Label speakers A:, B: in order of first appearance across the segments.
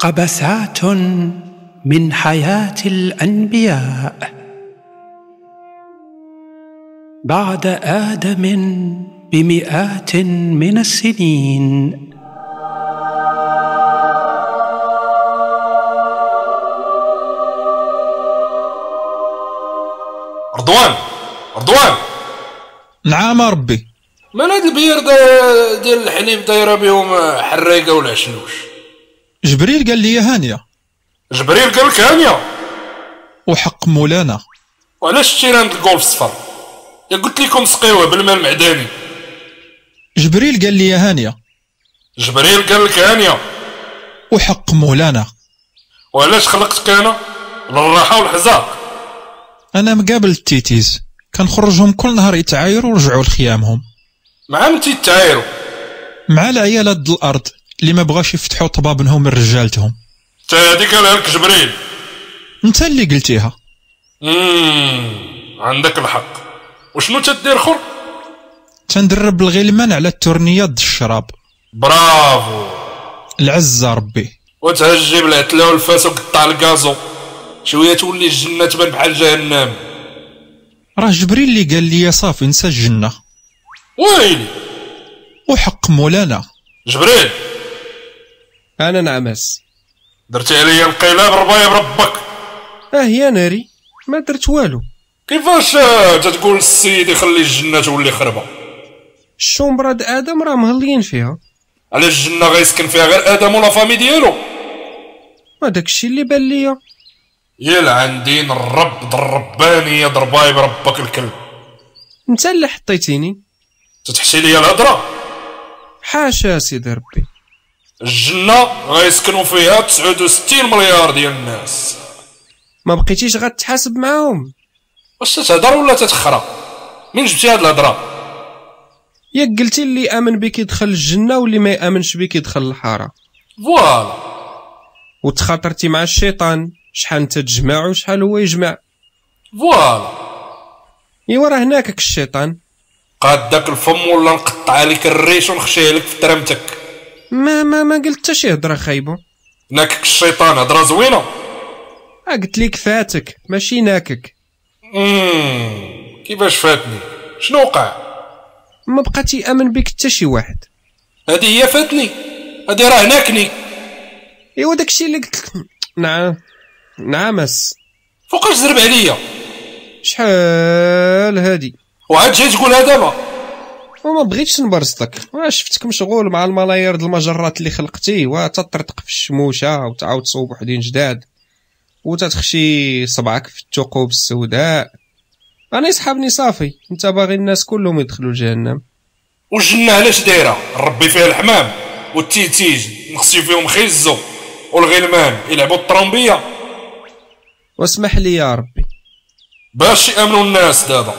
A: قبسات من حياه الانبياء بعد ادم بمئات من السنين
B: رضوان رضوان
C: نعم ربي
B: من هاد البير دا- ديال الحليب دايره بهم حريقه ولا شنوش
C: جبريل قال لي هانيه
B: جبريل قال لك هانيه
C: وحق مولانا
B: وعلاش شتي عند الجولف صفر يا قلت لكم سقيوه بالماء المعدني
C: جبريل قال لي هانيه
B: جبريل قال لك هانيه
C: وحق مولانا
B: وعلاش خلقتك انا للراحه والحزاق
C: انا مقابل التيتيز كنخرجهم كل نهار يتعايروا ورجعوا لخيامهم
B: مع متي تعايروا
C: مع العيالات د الارض اللي ما بغاش يفتحوا طبابنهم من رجالتهم
B: تا هذيك قالها لك جبريل
C: انت اللي قلتيها
B: امم عندك الحق وشنو تدير خر
C: تندرب الغلمان على التورنيات د الشراب
B: برافو
C: العزة ربي
B: وتهجي بالعتله والفاس وقطع الكازو شويه تولي الجنه تبان بحال جهنم
C: راه جبريل اللي قال لي صافي نسى الجنة
B: ويلي
C: وحق مولانا
B: جبريل
D: انا نعمس
B: درتي عليا القلاب ربايا بربك
D: اه يا ناري ما درت والو
B: كيفاش آه، تتقول السيد يخلي الجنه تولي خربه
D: الشومبرا د ادم راه مهليين فيها
B: على الجنه غيسكن فيها غير ادم ولا فامي ديالو
D: ما داكشي اللي بان ليا
B: يلعن دين الرب د الربانيه ضرباي بربك الكلب
D: انت اللي حطيتيني
B: تتحشي ليا الهضره
D: حاشا سيدي ربي
B: الجنه غيسكنوا فيها 69 مليار ديال الناس
D: ما بقيتيش غتحاسب معاهم
B: واش تتهضر ولا تتخرا من جبتي هاد الهضره
D: ياك قلتي اللي امن بك يدخل الجنه واللي ما يامنش بك يدخل الحاره
B: فوالا
D: وتخاطرتي مع الشيطان شحال انت تجمع وشحال هو يجمع
B: فوالا
D: ايوا راه هناك هاك الشيطان
B: قاد داك الفم ولا نقطع لك الريش ونخشيه لك في ترمتك
D: ما ما ما قلت حتى شي هضره خايبه
B: ناكك الشيطان هضره زوينه
D: آه قلت لك فاتك ماشي ناكك
B: امم كيفاش فاتني شنو وقع
D: ما بقات يامن بك حتى شي واحد
B: هذه هي فاتني هذه راه هناكني
D: ايوا داكشي اللي قلت لك نعم نعمس
B: فوقاش زرب عليا
D: شحال هادي
B: وعاد جاي تقولها دابا
D: وما بغيتش نبرزطك وا شفتك مشغول مع الملايير د المجرات اللي خلقتي وتطرطق في الشموشه وتعاود تصوب وحدين جداد وتتخشي صبعك في الثقوب السوداء انا يسحبني صافي انت باغي الناس كلهم يدخلوا جهنم
B: والجنة علاش دايرة ربي فيها الحمام والتيتيج نخصي فيهم خيزو والغلمان يلعبوا الطرومبية
D: واسمح لي يا ربي
B: باش يأمنوا الناس دابا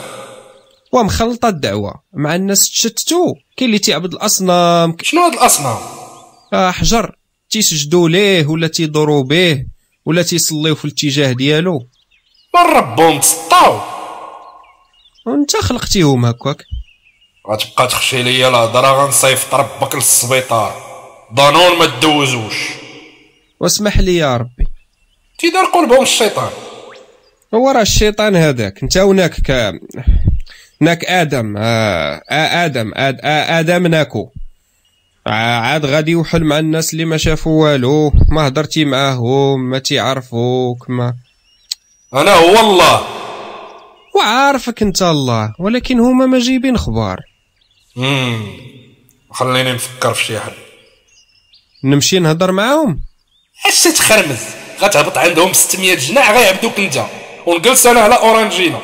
D: ومخلطه الدعوه مع الناس تشتتوا كاين اللي تيعبد الاصنام ك-
B: شنو هاد الأصنام
D: آه، حجر تيسجدوا ليه ولا تيضروا به ولا تيصليو في الاتجاه ديالو
B: من ربهم تسطاو
D: وانت خلقتيهم هكاك
B: غتبقى تخشي ليا الهضرة غنصيفط ربك للسبيطار ضانون ما تدوزوش
D: واسمح لي يا ربي
B: تيدار قلبهم الشيطان
D: هو راه الشيطان هذاك انت وناك ك... ناك ادم آه آه ادم آد آه ادم ناكو آه عاد غادي يوحل مع الناس اللي ما شافوا والو ما هضرتي معاهم ما تيعرفوك ما
B: أنا هو الله
D: وعارفك انت الله ولكن هما ما جايبين خبار
B: مم. خليني نفكر في شي حل
D: نمشي نهضر معاهم
B: اش تتخرمز غتهبط عندهم 600 جناح غيعبدوك انت ونجلس انا على اورانجينا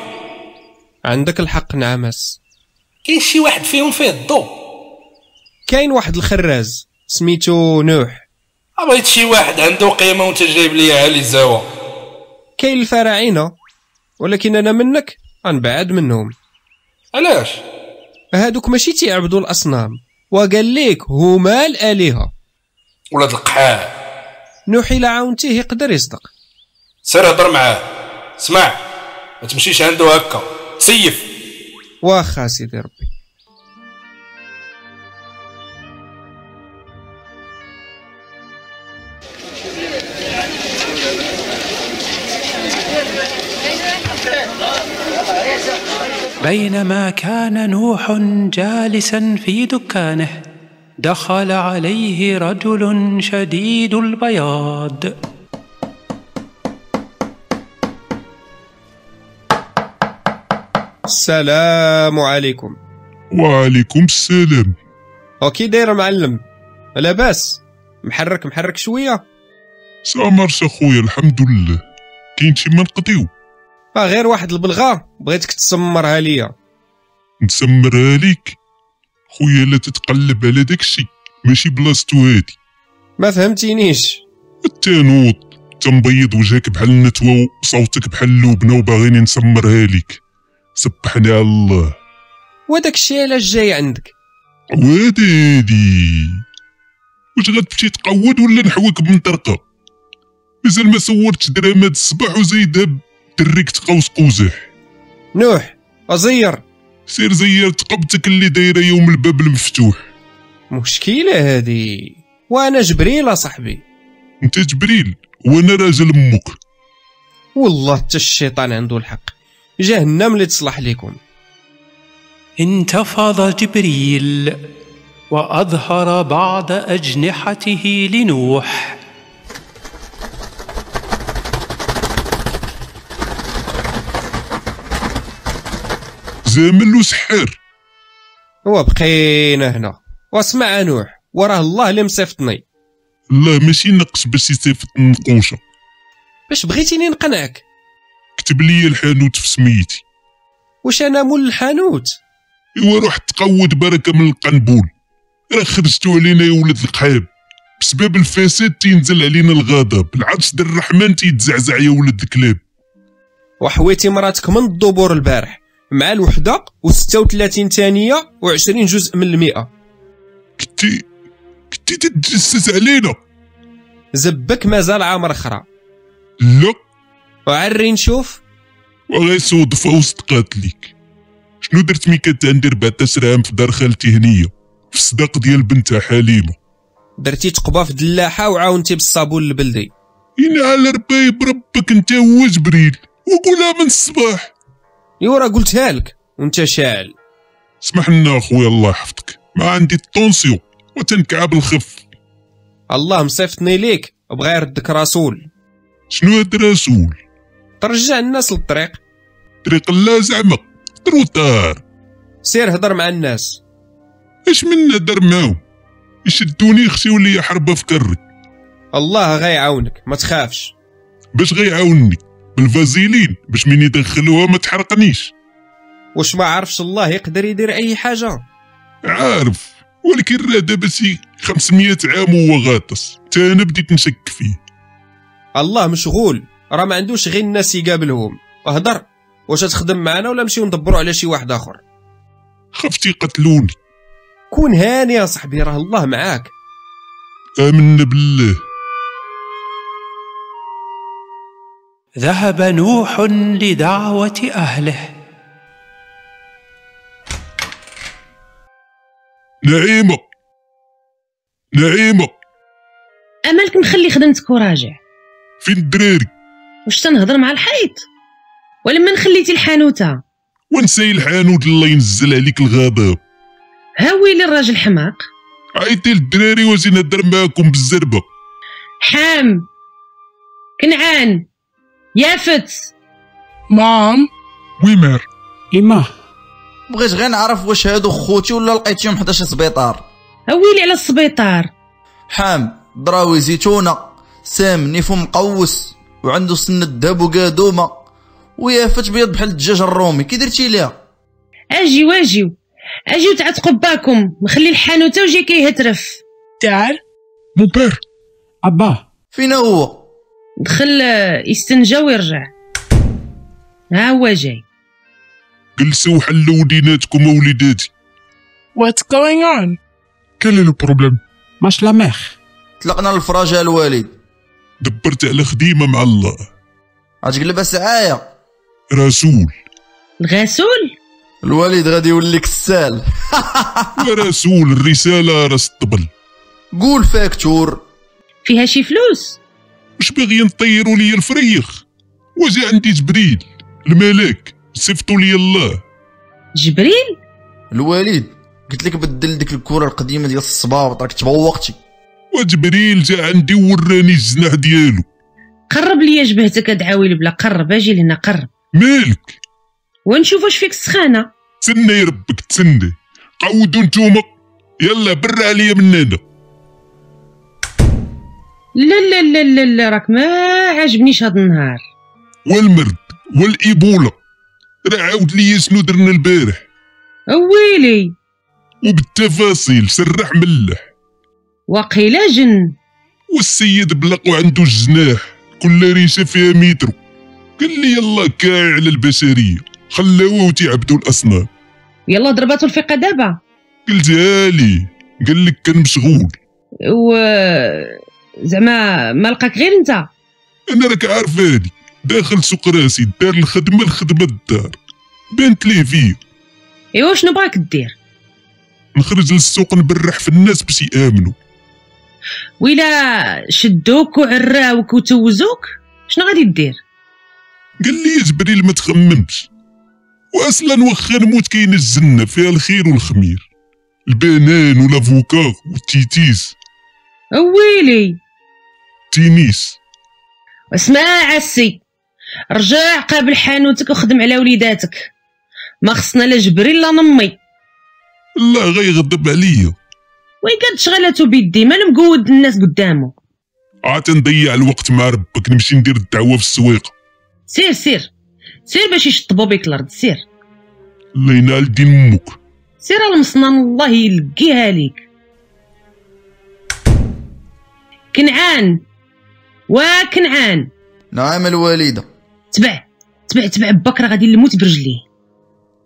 D: عندك الحق نعمس
B: كاين شي واحد فيهم فيه الضو
D: كاين واحد الخراز سميتو نوح
B: بغيت شي واحد عنده قيمه وانت جايب ليا علي زاوة
D: كاين الفراعنه ولكن انا منك غنبعد منهم
B: علاش
D: هادوك ماشي تيعبدوا الاصنام وقال ليك هما الالهه
B: ولاد القحاع
D: نوح الى عاونتيه يقدر يصدق
B: سير هضر معاه اسمع ما تمشيش عنده هكا سيف
D: واخا سيدي ربي
A: بينما كان نوح جالسا في دكانه دخل عليه رجل شديد البياض
D: السلام عليكم
E: وعليكم السلام
D: اوكي داير معلم لاباس محرك محرك شويه
E: سامرت اخويا الحمد لله كاين شي ما نقضيو
D: آه غير واحد البلغه بغيتك تسمرها ليا
E: نسمرها ليك خويا لا تتقلب على داكشي ماشي بلاصتو هادي
D: ما فهمتينيش
E: التانوط تنبيض وجهك بحال النتوى وصوتك بحال اللبنه وباغيني نسمرها ليك سبحنا على الله
D: وداك الشيء علاش جاي عندك
E: وادي هادي واش غتمشي تقود ولا نحوك من طرقه مازال ما صورتش درهم هاد الصباح وزيد دريك تقوس قوزح
D: نوح ازير
E: سير زير تقبتك اللي دايره يوم الباب المفتوح
D: مشكله هادي وانا جبريل صاحبي
E: انت جبريل وانا راجل امك
D: والله حتى الشيطان عنده الحق جهنم اللي تصلح لكم
A: انتفض جبريل واظهر بعض اجنحته لنوح
E: زامل وسحار
D: وبقينا هنا واسمع نوح وراه الله اللي مصيفطني
E: لا ماشي نقص باش يصيفط النقوشه
D: باش بغيتيني نقنعك
E: كتب لي الحانوت في سميتي
D: واش انا مول الحانوت
E: ايوا روح تقود بركه من القنبول راه خرجتو علينا يا ولد القحاب بسبب الفساد تينزل علينا الغضب العرش ديال الرحمن تيتزعزع يا ولد الكلاب
D: وحويتي مراتك من الدبور البارح مع الوحده و36 ثانيه و20 جزء من المئه
E: كنتي كنتي تتجسس علينا
D: زبك مازال عامر اخرى
E: لا
D: وعري نشوف
E: وغير صدفه وسط قاتليك شنو درت ملي كنت عندي 14 عام في دار خالتي هنيه في الصداق ديال بنتها حليمه
D: درتي تقبه في دلاحه وعاونتي بالصابون البلدي
E: إن على ربايب ربك انت هو جبريل وقولها من الصباح
D: ايوا راه قلتها لك وانت شاعل
E: اسمح لنا اخويا الله يحفظك ما عندي الطونسيو وتنكعب الخف
D: الله مصيفطني ليك بغا يردك رسول
E: شنو هاد رسول
D: ترجع الناس للطريق
E: طريق الله زعما تروتار
D: سير هضر مع الناس
E: اش من هدر معاهم يشدوني خشيو ليا حربه في كري
D: الله غيعاونك ما تخافش
E: باش غيعاونني بالفازيلين باش من يدخلوها ما تحرقنيش
D: واش ما عرفش الله يقدر يدير اي حاجه
E: عارف ولكن راه دابا شي 500 عام وهو غاطس تا انا بديت نشك فيه
D: الله مشغول راه ما عندوش غير الناس يقابلهم اهدر واش تخدم معنا ولا نمشيو ندبروا على شي واحد اخر
E: خفت يقتلوني
D: كون هاني يا صاحبي راه الله معاك
E: آمنا بالله
A: ذهب نوح لدعوه اهله
E: نعيمة نعيمة
F: امالك مخلي خدمتك وراجع
E: فين الدراري
F: واش تنهضر مع الحيط ولما خليتي الحانوته
E: ونساي الحانوت الله ينزل عليك الغضب
F: ها ويلي الراجل حماق
E: عيطي للدراري واجي نهدر معاكم بالزربة
F: حام كنعان يافت
G: مام
E: ويمار
A: إما
H: بغيت غير نعرف واش هادو خوتي ولا لقيتيهم حدا شي سبيطار
F: ها ويلي على السبيطار
H: حام ضراوي زيتونه سام نيفو مقوس وعنده سن الذهب وقادومه ويافت بيض بحال الدجاج الرومي كي درتي ليها
F: اجيو اجيو اجيو تعتقوا باكم مخلي الحانوته وجاي كيهترف
G: تعال
E: مبار
A: أبا
H: فينا هو
F: دخل آه، يستنجى ويرجع ها هو جاي
E: جلسوا وحلوا وليناتكم ووليداتي
G: واتس جوينغ اون
E: كان لو بروبليم
A: ماش لا ميخ
H: طلقنا الفراجه الوالد
E: دبرت على خديمة مع الله
H: غتقلبها سعايه
E: رسول
F: الغسول
H: الوالد غادي يولي كسال
E: يا رسول الرسالة راس الطبل
H: قول فاكتور
F: فيها شي فلوس
E: واش باغيين طيروا لي الفريخ واجي عندي جبريل الملك صيفطوا لي الله
F: جبريل
H: الوالد قلت لك بدل ديك الكره القديمه ديال الصباط راك تبوقتي
E: وجبريل جا عندي وراني الجناح ديالو
F: قرب ليا جبهتك ادعاوي البلا قرب اجي لهنا قرب
E: مالك
F: ونشوف واش فيك السخانه
E: تسنى يا ربك تسنى قودوا نتوما يلا بر عليا من هنا
F: لا لا لا لا لا راك ما عاجبنيش هاد النهار
E: والمرض والايبولا راه عاود ليا شنو درنا البارح
F: ويلي
E: وبالتفاصيل سرح ملح
F: وقيلا جن
E: والسيد بلق وعنده الجناح كل ريشه فيها مترو قال لي يلا كاع على البشريه خلاوه وتيعبدوا الاصنام
F: يلا ضرباتو الفقه دابا
E: قلتها لي قال لك كان مشغول
F: و زعما ما لقاك غير انت
E: انا راك عارف هادي داخل سوق راسي دار الخدمه الخدمه الدار بنت ليه فيه
F: ايوا شنو باغيك دير
E: نخرج للسوق نبرح في الناس باش يامنوا
F: ويلا شدوك وعراوك وتوزوك شنو غادي دير
E: قال لي جبريل ما تخممش واصلا واخا نموت كاين الجنه فيها الخير والخمير البنان والافوكا والتيتيس
F: ويلي
E: تينيس
F: اسمع عسي رجع قابل حانوتك وخدم على وليداتك ما خصنا لا جبريل لا نمي
E: الله غيغضب عليا
F: وين كانت شغلته بيدي ما مقود الناس قدامه
E: عاد نضيع الوقت مع ربك نمشي ندير الدعوه في السويق
F: سير سير سير باش يشطبوا بك الارض سير
E: الله ينال دين امك
F: سير المصنان الله يلقيها ليك كنعان وكنعان
H: نعم الوالده
F: تبع تبع تبع بكره غادي نموت برجليه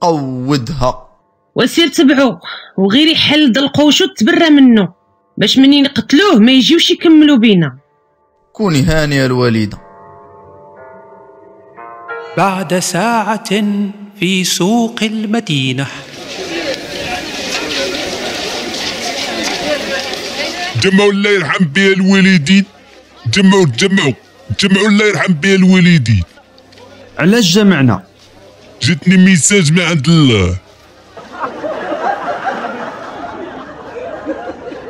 H: قودها
F: وسير تبعو وغير يحل د القوشو تبرى منه باش منين قتلوه ما يجيوش يكملوا بينا
H: كوني هانيه الوالده
A: بعد ساعة في سوق المدينة
E: جمعوا الله يرحم بها الوالدين جمعوا جمعوا جمعوا الله يرحم بها الوالدين
I: علاش جمعنا
E: جاتني ميساج من عند الله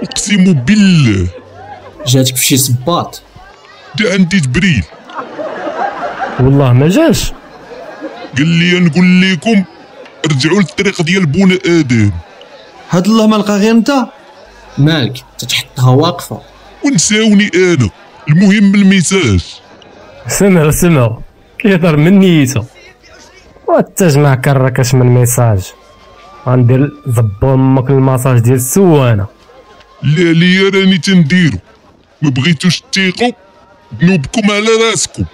E: اقسم بالله
I: جاتك بشي صباط
E: جا عندي جبريل
J: والله ما جاش
E: قال لي نقول لكم رجعوا للطريق ديال بونا ادم
I: هاد الله ما لقى غير انت مالك تتحطها واقفه
E: ونساوني انا المهم الميساج
J: سمع سمع كيهضر من نيته والتجمع كراكش من ميساج غندير ضبو امك المساج ديال السوانه
E: لا ليا راني تنديرو ما بغيتوش تيقوا ذنوبكم على راسكم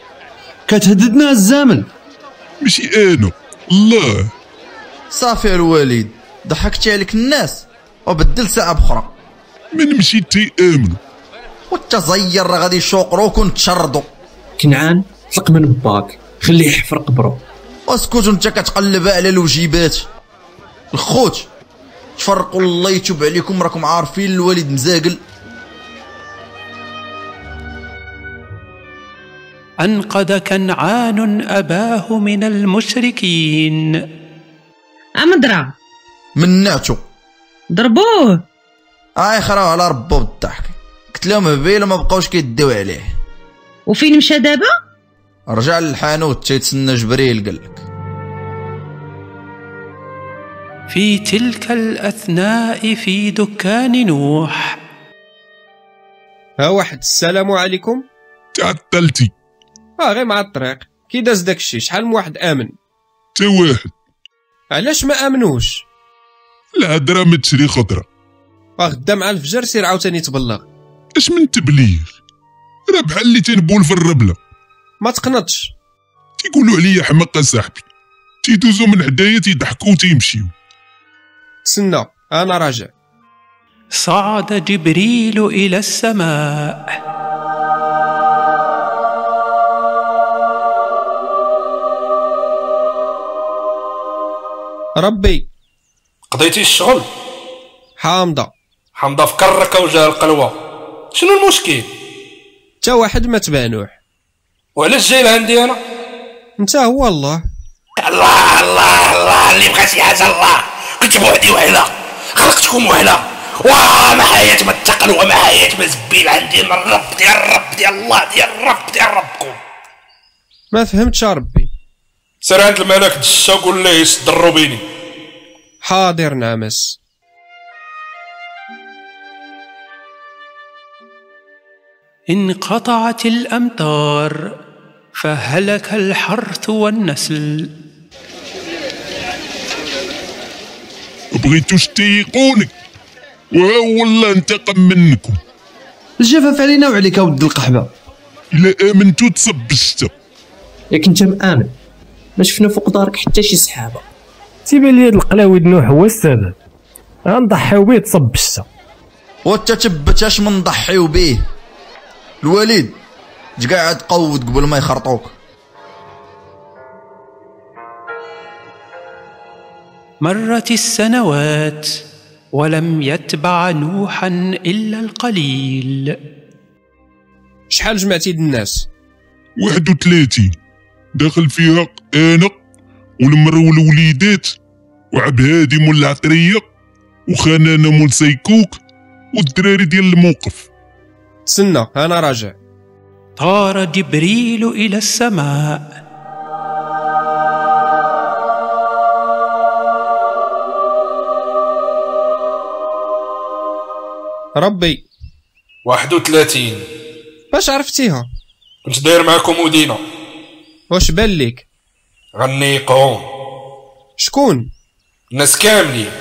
I: كتهددنا الزمن
E: ماشي انا الله
H: صافي الوالد ضحكتي عليك الناس وبدل ساعه بخرى
E: ما نمشي تيامنوا
H: والتزير راه غادي يشوقروك ونتشردوا
I: كنعان طلق من باك خليه يحفر قبره
H: اسكت وانت كتقلب على الوجيبات الخوت تفرقوا الله يتوب عليكم راكم عارفين الوالد مزاقل
A: أنقذ كنعان أباه من المشركين
F: امضرا
H: منعتو آه
F: ضربوه
H: اي خراو على ربو بالضحك قلت لهم هبيله ما بقاوش كيديو عليه
F: وفين مشى دابا
H: رجع للحانوت تيتسنى جبريل قال لك
A: في تلك الأثناء في دكان نوح
D: ها واحد السلام عليكم
E: تعطلتي
D: اه غير مع الطريق كي داز داكشي شحال من واحد امن
E: تا واحد
D: علاش ما امنوش
E: الهضره ما تشري خضره
D: آه، غدا مع الفجر سير عاوتاني تبلغ
E: اش من تبليغ راه بحال اللي تنبول في الربله
D: ما تقنطش
E: تيقولوا عليا حماق صاحبي تيدوزو من حدايا تيضحكوا وتيمشيو
D: تسنى انا راجع
A: صعد جبريل إلى السماء
D: ربي
B: قضيتي الشغل
D: حامضه
B: حمضه في كركه وجهها القلوه شنو المشكل
D: تا واحد ما تبانوح
B: وعلاش جاي لعندي انا
D: انت هو الله
K: الله الله الله اللي بغى شي حاجه الله كنت بوحدي وحده خلقتكم وحده واه ما حياة ما التقل وما حياة ما زبيل عندي من الرب ديال الرب ديال الله ديال الرب ديال ربكم
D: ما فهمتش ربي
B: سير عند الملك دشا وقول ليه يسد الروبيني
D: حاضر نعمس
A: انقطعت الامطار فهلك الحرث والنسل
E: بغيتوش تيقونك وها هو الله انتقم منكم
I: الجفاف علينا وعليك ود القحبه
E: الا امنتو تصب الشتا
L: ياك انت مآمن ما شفنا فوق دارك حتى شي سحابه
J: تيبان لي هاد القلاوي دنو هو السبب غنضحيو بيه تصب الشتا
H: وانت تبت اش من ضحيو بيه الوليد تقعد قود قبل ما يخرطوك
A: مرت السنوات ولم يتبع نوحا الا القليل
D: شحال جمعتي الناس
E: 31 داخل فيها انا والمر والوليدات وعبد هادي مول العطريه وخنانه مول سيكوك والدراري ديال الموقف
D: تسنى انا راجع
A: طار جبريل الى السماء
D: ربي
B: 31
D: باش عرفتيها
B: كنت داير معاكم ودينا
D: واش بان ليك
B: غنيقهم
D: شكون
B: الناس كاملين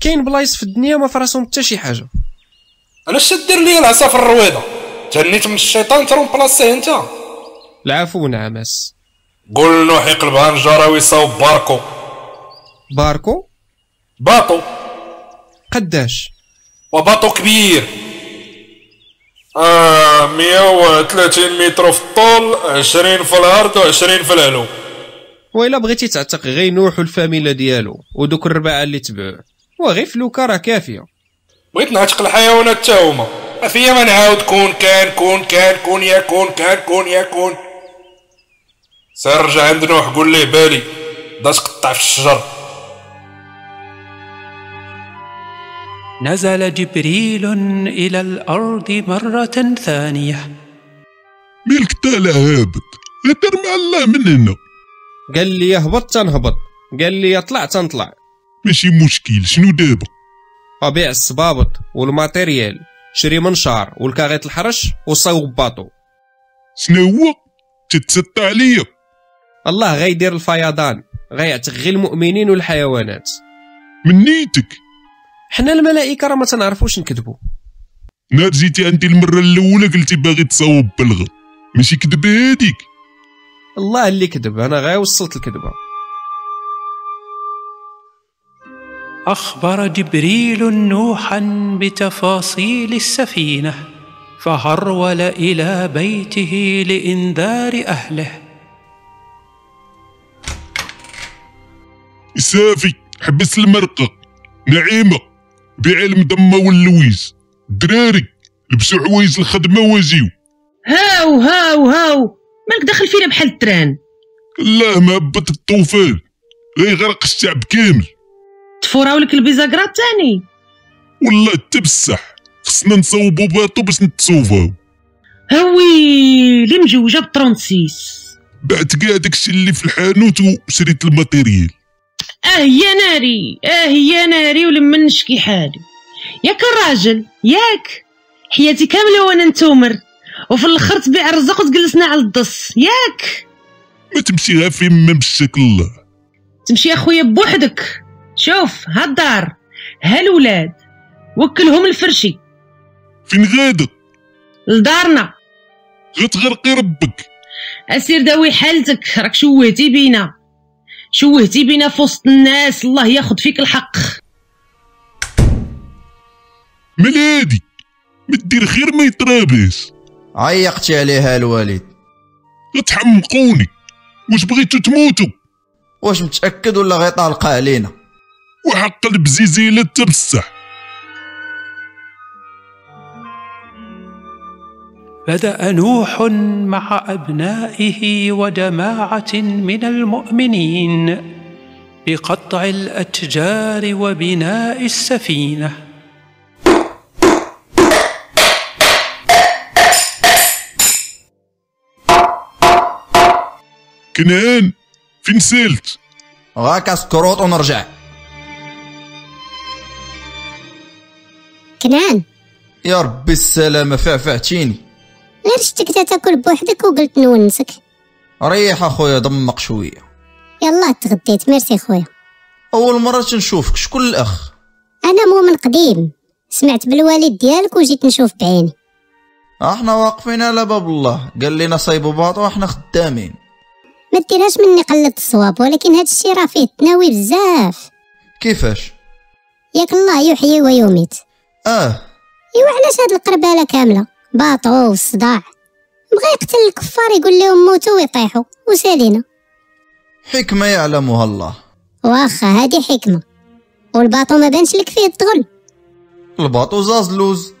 D: كاين بلايص في الدنيا ما فراسهم حتى شي حاجه
B: انا اش دير ليا العصا في الرويضه تهنيت من الشيطان ترون بلاصتيه انت
D: العفو نعمس
B: قول نوح يقلب هنجره ويصاوب باركو
D: باركو
B: باطو
D: قداش
B: وباطو كبير آه 130 متر في الطول 20 في العرض و20 في العلو
D: وإلا بغيتي تعتق غير نوح والفاميلا ديالو ودوك الرباعه اللي تبعوه وغير فلوكه راه كافيه
B: بغيت نعتق الحيوانات تا هما ما فيا ما نعاود كون كان كون كان كون يا كون كان كون يا كون سير رجع عند نوح قول ليه بالي بدا تقطع في الشجر
A: نزل جبريل الى الارض مره ثانيه
E: ملك طالع هابط هدر مع الله من هنا
D: قال لي هبط تنهبط قال لي طلع تنطلع
E: ماشي مشكل شنو دابا
D: ابيع الصبابط والماتيريال شري منشار والكاغيط الحرش وصاوب باطو
E: شنو هو تتسطى عليا
D: الله غيدير الفيضان غيعتق غير المؤمنين والحيوانات
E: من نيتك
D: حنا الملائكه راه ما تنعرفوش نكذبوا
E: نهار جيتي عندي المره الاولى قلتي باغي تصاوب بلغه ماشي كدبه هاديك
D: الله اللي كذب انا غير وصلت الكذبه
A: اخبر جبريل نوحا بتفاصيل السفينه فهرول الى بيته لانذار اهله
E: صافي حبس المرقه نعيمه بيع المضمه واللويز دراري لبسوا حوايج الخدمه وجيو
F: هاو هاو هاو مالك داخل فينا بحال التران
E: الله ما هبط الطوفان غيغرق الشعب كامل
F: تفوراو لك البيزاكرا تاني
E: والله تبسح خصنا نصوبو باطو باش نتصوفاو
F: هوي اللي مجوجه ب 36
E: بعت كاع داكشي اللي في الحانوت وشريت الماتيريال
F: اه يا ناري اه يا ناري ولما نشكي حالي ياك الراجل ياك حياتي كامله وانا نتومر وفي الاخر تبيع الرزق وتجلسنا على الدص ياك
E: ما تمشي غير فين ما مشاك الله
F: تمشي اخويا بوحدك شوف ها الدار ها الولاد وكلهم الفرشي
E: فين غادا
F: لدارنا
E: غتغرقي ربك
F: اسير داوي حالتك راك شوهتي بينا شوهتي بينا في وسط الناس الله ياخد فيك الحق
E: ملادي ما دير خير ما يترابس
H: عيقتي عليها الوالد
E: غتحمقوني واش بغيتو تموتوا
H: واش متاكد ولا غيطلقها علينا
E: وحق البزيزيله تبسح
A: بدا نوح مع ابنائه ودماعه من المؤمنين بقطع الاتجار وبناء السفينه
E: كنعان فين سالت
H: غاك سكروط ونرجع
M: كنعان
H: يا ربي السلامه فعفعتيني
M: غير شتك تا تاكل بوحدك وقلت نونسك
H: ريح اخويا دمق شويه
M: يلا تغديت ميرسي خويا
H: اول مره تنشوفك شكون الاخ
M: انا مؤمن قديم سمعت بالوالد ديالك وجيت نشوف بعيني
H: احنا واقفين على باب الله قال لنا صايبوا باطو واحنا خدامين
M: ما ديرهاش مني قلة الصواب ولكن هاد الشي راه فيه تناوي بزاف
H: كيفاش
M: ياك الله يحيي ويميت
H: اه
M: ايوا علاش هاد القربالة كاملة باطو والصداع بغا يقتل الكفار يقول لهم موتوا ويطيحوا وسالينا
H: حكمه يعلمها الله
M: واخا هادي حكمة والباطو ما بانش لك فيه الدغل
H: الباطو زاز لوز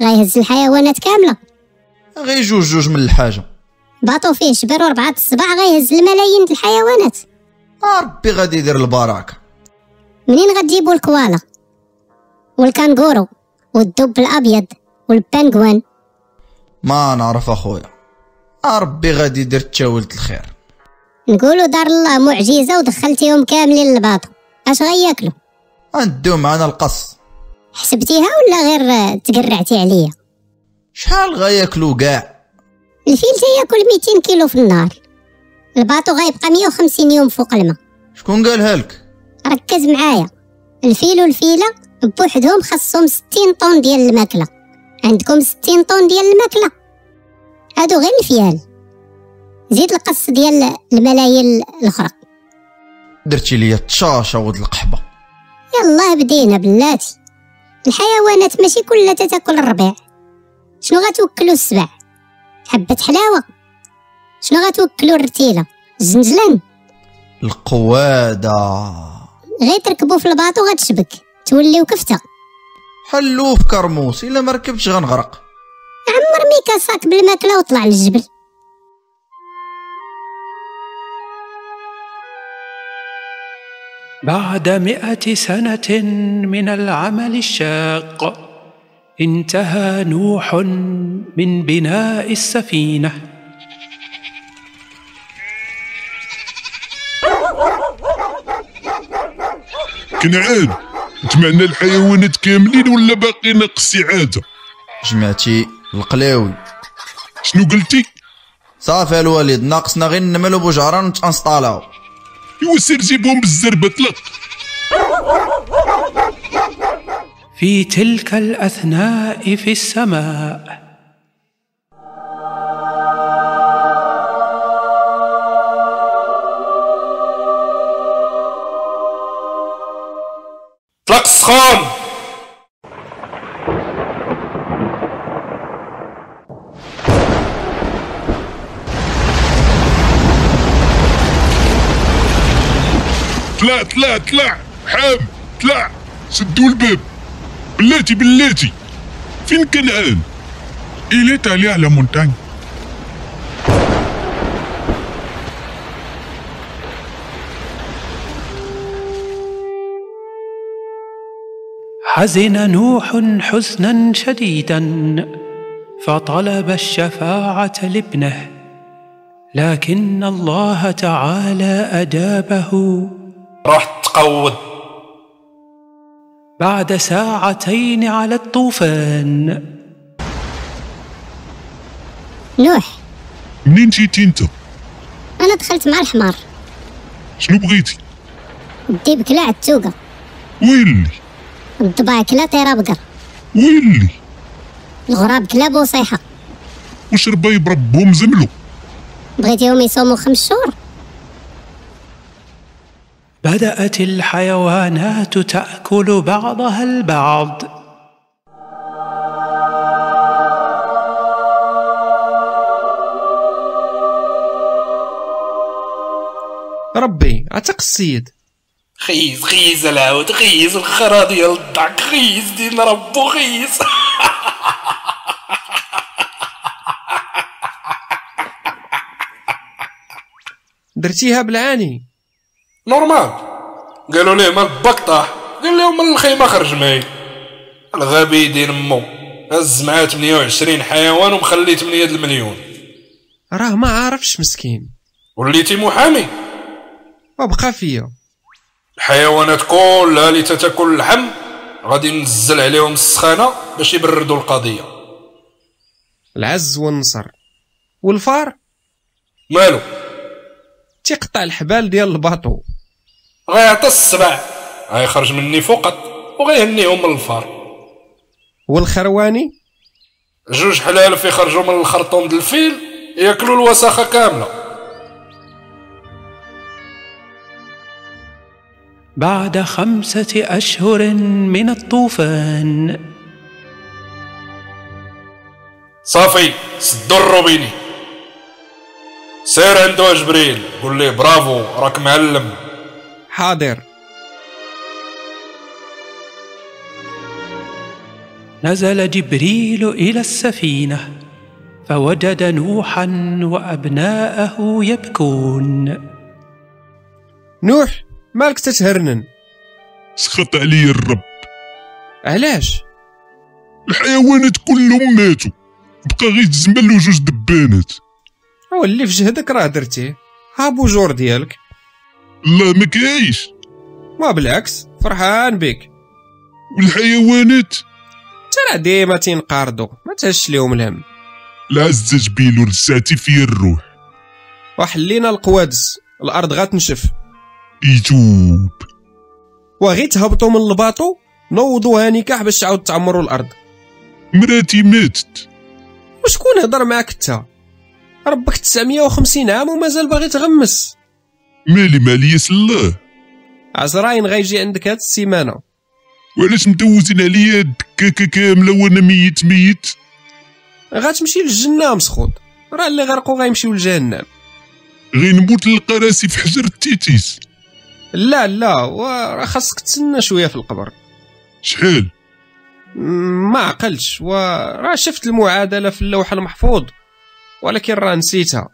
M: غيهز الحيوانات كاملة
H: غير جوج جوج من الحاجه
M: باطو فيه شبر وربعة الصباع غيهز الملايين د الحيوانات
H: ربي غادي يدير البركه
M: منين غتجيبوا الكوالا والكانغورو والدب الابيض والبانغوان
H: ما نعرف اخويا ربي غادي يدير تشاولت الخير
M: نقولوا دار الله معجزه ودخلتيهم كاملين للباطو اش غياكلوا
H: غنديو معانا القص
M: حسبتيها ولا غير آه، تقرعتي عليا
H: شحال غياكلو كاع
M: الفيل تياكل 200 كيلو في النهار الباطو غيبقى 150 يوم فوق الماء
H: شكون قالها لك
M: ركز معايا الفيل والفيلة بوحدهم خاصهم 60 طن ديال الماكلة عندكم 60 طن ديال الماكلة هادو غير الفيال زيد القص ديال الملايين الأخرى
H: درتي ليا الطشاشه ود القحبه
M: يلا بدينا بلاتي الحيوانات ماشي كلها تتاكل الربيع شنو غتوكلو السبع حبة حلاوة شنو غتوكلو الرتيلة الزنجلان
H: القواده
M: غير تركبو في الباطو غتشبك توليو كفتة
H: حلو في كرموس الا ما ركبتش غنغرق
M: عمر ميكا صاك بالماكلة وطلع للجبل
A: بعد مئة سنة من العمل الشاق انتهى نوح من بناء السفينة
E: كنعان جمعنا الحيوانات كاملين ولا باقي ناقص عاده
H: جمعتي القلاوي
E: شنو قلتي
H: صافي الوالد ناقصنا غير النمل وبوجعران وتانسطالاو
E: ايوا سير جيبهم بالزربه طلق
A: في تلك الأثناء في السماء
B: طلق السخون
E: طلع طلع طلع حام طلع سدوا الباب بلاتي بلاتي فين كنعان إليت عليه على مونتاني
A: حزن نوح حزنا شديدا فطلب الشفاعة لابنه لكن الله تعالى أجابه
B: رحت تقود
A: بعد ساعتين على الطوفان
M: نوح
E: منين جيتي انت
M: أنا دخلت مع الحمار
E: شنو بغيتي
M: الديب كلا عتوقة
E: ويلي
M: الضباع كلا طيرة بقر
E: ويلي
M: الغراب كلا بوصيحة
E: وش ربايب ربهم زملو
M: بغيتيهم يصوموا خمس شهور
A: بدأت الحيوانات تأكل بعضها البعض
D: ربي عتق السيد
K: خيز خيز العود خيز الخرا ديال الضعك خيز دين ربو خيز
D: درتيها بالعاني
B: نورمال قالوا ليه مال الباك طاح قال لهم من الخيمه خرج معي الغبي يدين امو هز معاه 28 حيوان ومخلي 8 د المليون
D: راه ما عارفش مسكين
B: وليتي محامي
D: وبقى فيا
B: الحيوانات كلها اللي تتاكل اللحم غادي نزل عليهم السخانه باش يبردوا القضيه
D: العز والنصر والفار
B: مالو
D: تيقطع الحبال ديال الباطو
B: غيعطي السبع غيخرج مني فقط وغيهنيهم من الفار
D: والخرواني
B: جوج حلال في خرجوا من الخرطوم د الفيل ياكلوا الوساخه كامله
A: بعد خمسة أشهر من الطوفان
B: صافي سدوا الروبيني سير عندو جبريل قول ليه برافو راك معلم
D: حاضر
A: نزل جبريل إلى السفينة فوجد نوحا وأبناءه يبكون
D: نوح مالك تتهرنن
E: سخط علي الرب
D: علاش
E: الحيوانات كلهم ماتوا بقى غير الزمل وجوج دبانات
D: هو اللي في جهدك راه درتيه ها بوجور ديالك
E: لا ما كاينش
D: ما بالعكس فرحان بك
E: والحيوانات
D: ترى ديما تينقارضوا ما تهش ليهم الهم
E: العزة جبيل ورساتي في الروح
D: وحلينا القوادس الارض غتنشف
E: يتوب
D: وغي تهبطوا من الباطو نوضوها نكاح باش تعاود تعمروا الارض
E: مراتي ماتت
D: وشكون هضر معاك انت ربك 950 عام ومازال باغي تغمس
E: مالي مالي ياس الله
D: عزراين غيجي عندك هاد السيمانه
E: وعلاش مدوزين عليا الدكاكه كامله وانا ميت ميت
D: غتمشي للجنه مسخوط راه اللي غرقوا غيمشيو لجهنم
E: غير نموت للقراسي في حجر التيتيس
D: لا لا وراه خاصك تسنى شويه في القبر
E: شحال
D: مم، ما عقلتش وراه شفت المعادله في اللوح المحفوظ ولكن راه نسيتها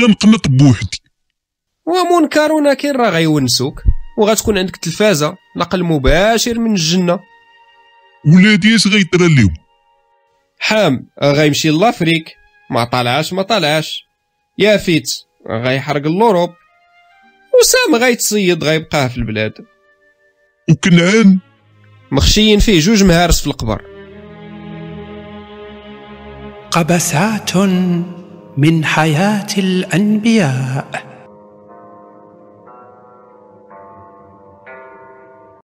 E: غنقنط بوحدي
D: ومنكر ونكير راه غيونسوك وغتكون عندك تلفازه نقل مباشر من الجنه
E: ولادي اش غيطرى ليهم
D: حام غيمشي لافريك ما طلعش ما طلعش يا فيت غيحرق اللوروب وسام غيتصيد غيبقاه في البلاد
E: وكنعان
D: مخشيين فيه جوج مهارس في القبر
A: قبسات من حياة الأنبياء